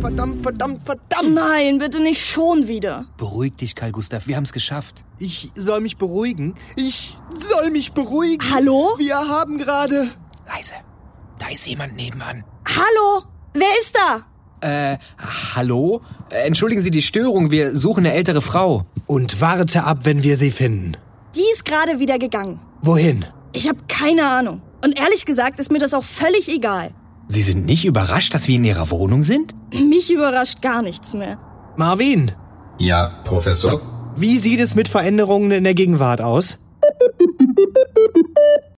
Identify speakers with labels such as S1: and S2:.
S1: Verdammt, verdammt, verdammt!
S2: Nein, bitte nicht schon wieder.
S3: Beruhig dich, Karl Gustav, wir haben es geschafft.
S1: Ich soll mich beruhigen. Ich soll mich beruhigen.
S2: Hallo?
S1: Wir haben gerade.
S3: Leise, da ist jemand nebenan.
S2: Hallo? Wer ist da?
S3: Äh, hallo? Äh, Entschuldigen Sie die Störung, wir suchen eine ältere Frau.
S4: Und warte ab, wenn wir sie finden.
S2: Die ist gerade wieder gegangen.
S4: Wohin?
S2: Ich habe keine Ahnung. Und ehrlich gesagt ist mir das auch völlig egal.
S3: Sie sind nicht überrascht, dass wir in Ihrer Wohnung sind?
S2: Mich überrascht gar nichts mehr.
S4: Marvin,
S5: Ja, Professor?
S4: wie sieht es mit Veränderungen in der Gegenwart aus?